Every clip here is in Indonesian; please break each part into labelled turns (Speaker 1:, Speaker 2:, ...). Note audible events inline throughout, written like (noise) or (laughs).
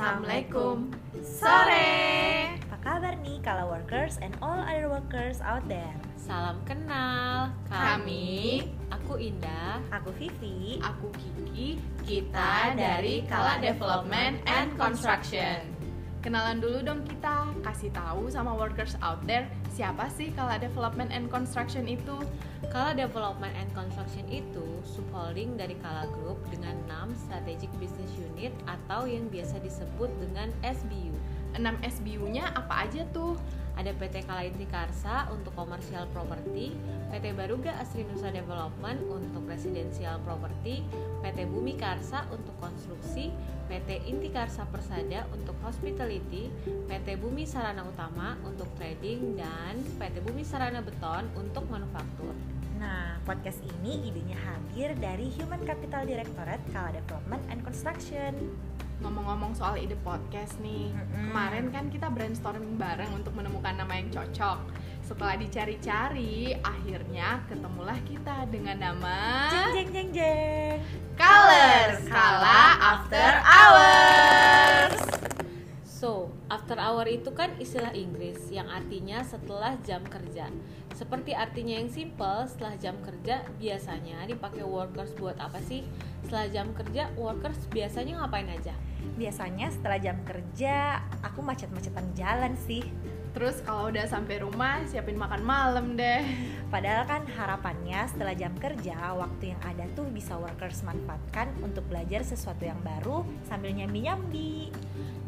Speaker 1: Assalamualaikum. Sore.
Speaker 2: Apa kabar nih kalau workers and all other workers out there?
Speaker 1: Salam kenal. Kami, aku Indah,
Speaker 2: Aku Vivi.
Speaker 1: aku Kiki, kita dari Kala Development and Construction.
Speaker 3: Kenalan dulu dong kita, kasih tahu sama workers out there siapa sih Kala Development and Construction itu.
Speaker 1: Kala Development and Construction itu subholding dari Kala Group dengan 6 Strategic Business Unit atau yang biasa disebut dengan SBU.
Speaker 3: 6 SBU-nya apa aja tuh?
Speaker 1: Ada PT Kala Inti Karsa untuk komersial property, PT Baruga Asri Nusa Development untuk residential property, PT Bumi Karsa untuk konstruksi, PT Inti Karsa Persada untuk hospitality, PT Bumi Sarana Utama untuk trading, dan PT Bumi Sarana Beton untuk manufaktur.
Speaker 2: Nah, podcast ini idenya hadir dari Human Capital Directorate Kala Development and Construction.
Speaker 3: Ngomong-ngomong soal ide podcast nih,
Speaker 2: Mm-mm.
Speaker 3: kemarin kan kita brainstorming bareng untuk menemukan nama yang cocok. Setelah dicari-cari, akhirnya ketemulah kita dengan nama
Speaker 2: Jeng jeng jeng jeng.
Speaker 3: Colors Kala After Hours.
Speaker 1: So, after hour itu kan istilah Inggris yang artinya setelah jam kerja. Seperti artinya yang simple, setelah jam kerja biasanya dipakai workers buat apa sih? Setelah jam kerja, workers biasanya ngapain aja?
Speaker 2: Biasanya setelah jam kerja, aku macet-macetan jalan sih.
Speaker 3: Terus kalau udah sampai rumah, siapin makan malam deh.
Speaker 2: Padahal kan harapannya setelah jam kerja, waktu yang ada tuh bisa workers manfaatkan untuk belajar sesuatu yang baru sambil nyambi-nyambi.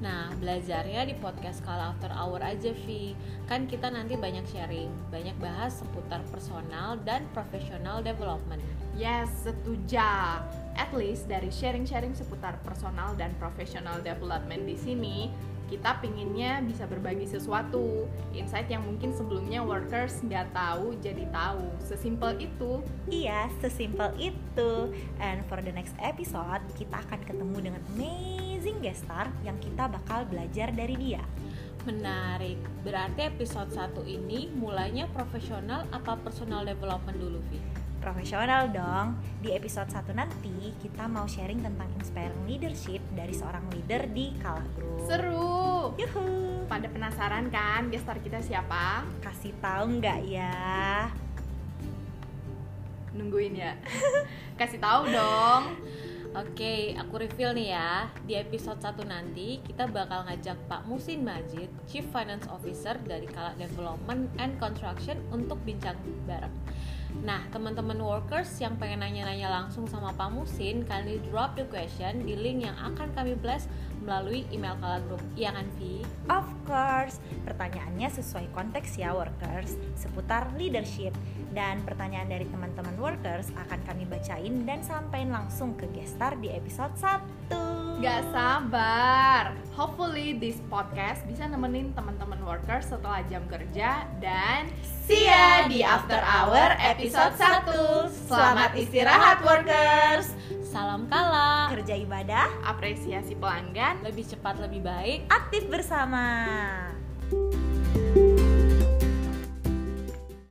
Speaker 1: Nah, belajarnya di podcast Kala After Hour aja, Vi. Kan kita nanti banyak sharing, banyak bahas seputar personal dan professional development.
Speaker 3: Yes, setuja. At least dari sharing-sharing seputar personal dan professional development di sini, kita pinginnya bisa berbagi sesuatu, insight yang mungkin sebelumnya workers nggak tahu jadi tahu. Sesimpel itu.
Speaker 2: Iya, sesimpel itu. And for the next episode, kita akan ketemu dengan amazing guest star yang kita bakal belajar dari dia.
Speaker 1: Menarik. Berarti episode 1 ini mulainya profesional apa personal development dulu, Vi?
Speaker 2: Profesional dong. Di episode 1 nanti kita mau sharing tentang inspiring leadership dari seorang leader di Kala Group.
Speaker 3: Seru.
Speaker 2: Yuhu.
Speaker 3: Pada penasaran kan gestar kita siapa?
Speaker 2: Kasih tahu nggak ya?
Speaker 3: Nungguin ya. (laughs) Kasih tahu dong.
Speaker 1: Oke, aku reveal nih ya. Di episode 1 nanti kita bakal ngajak Pak Musin Majid, Chief Finance Officer dari Kalak Development and Construction untuk bincang bareng. Nah, teman-teman workers yang pengen nanya-nanya langsung sama Pak Musin, kindly drop the question di link yang akan kami blast melalui email Kala Group. Iya kan, Vi?
Speaker 2: Of course, pertanyaannya sesuai konteks ya workers seputar leadership dan pertanyaan dari teman-teman workers akan kami bacain dan sampaikan langsung ke guest star di episode 1.
Speaker 3: Gak sabar. Hopefully this podcast bisa nemenin teman-teman workers setelah jam kerja dan see ya di After Hour episode 1. Selamat istirahat workers.
Speaker 1: Salam Kala,
Speaker 2: Kerja ibadah,
Speaker 3: Apresiasi pelanggan
Speaker 1: lebih cepat lebih baik.
Speaker 2: aktif bersama.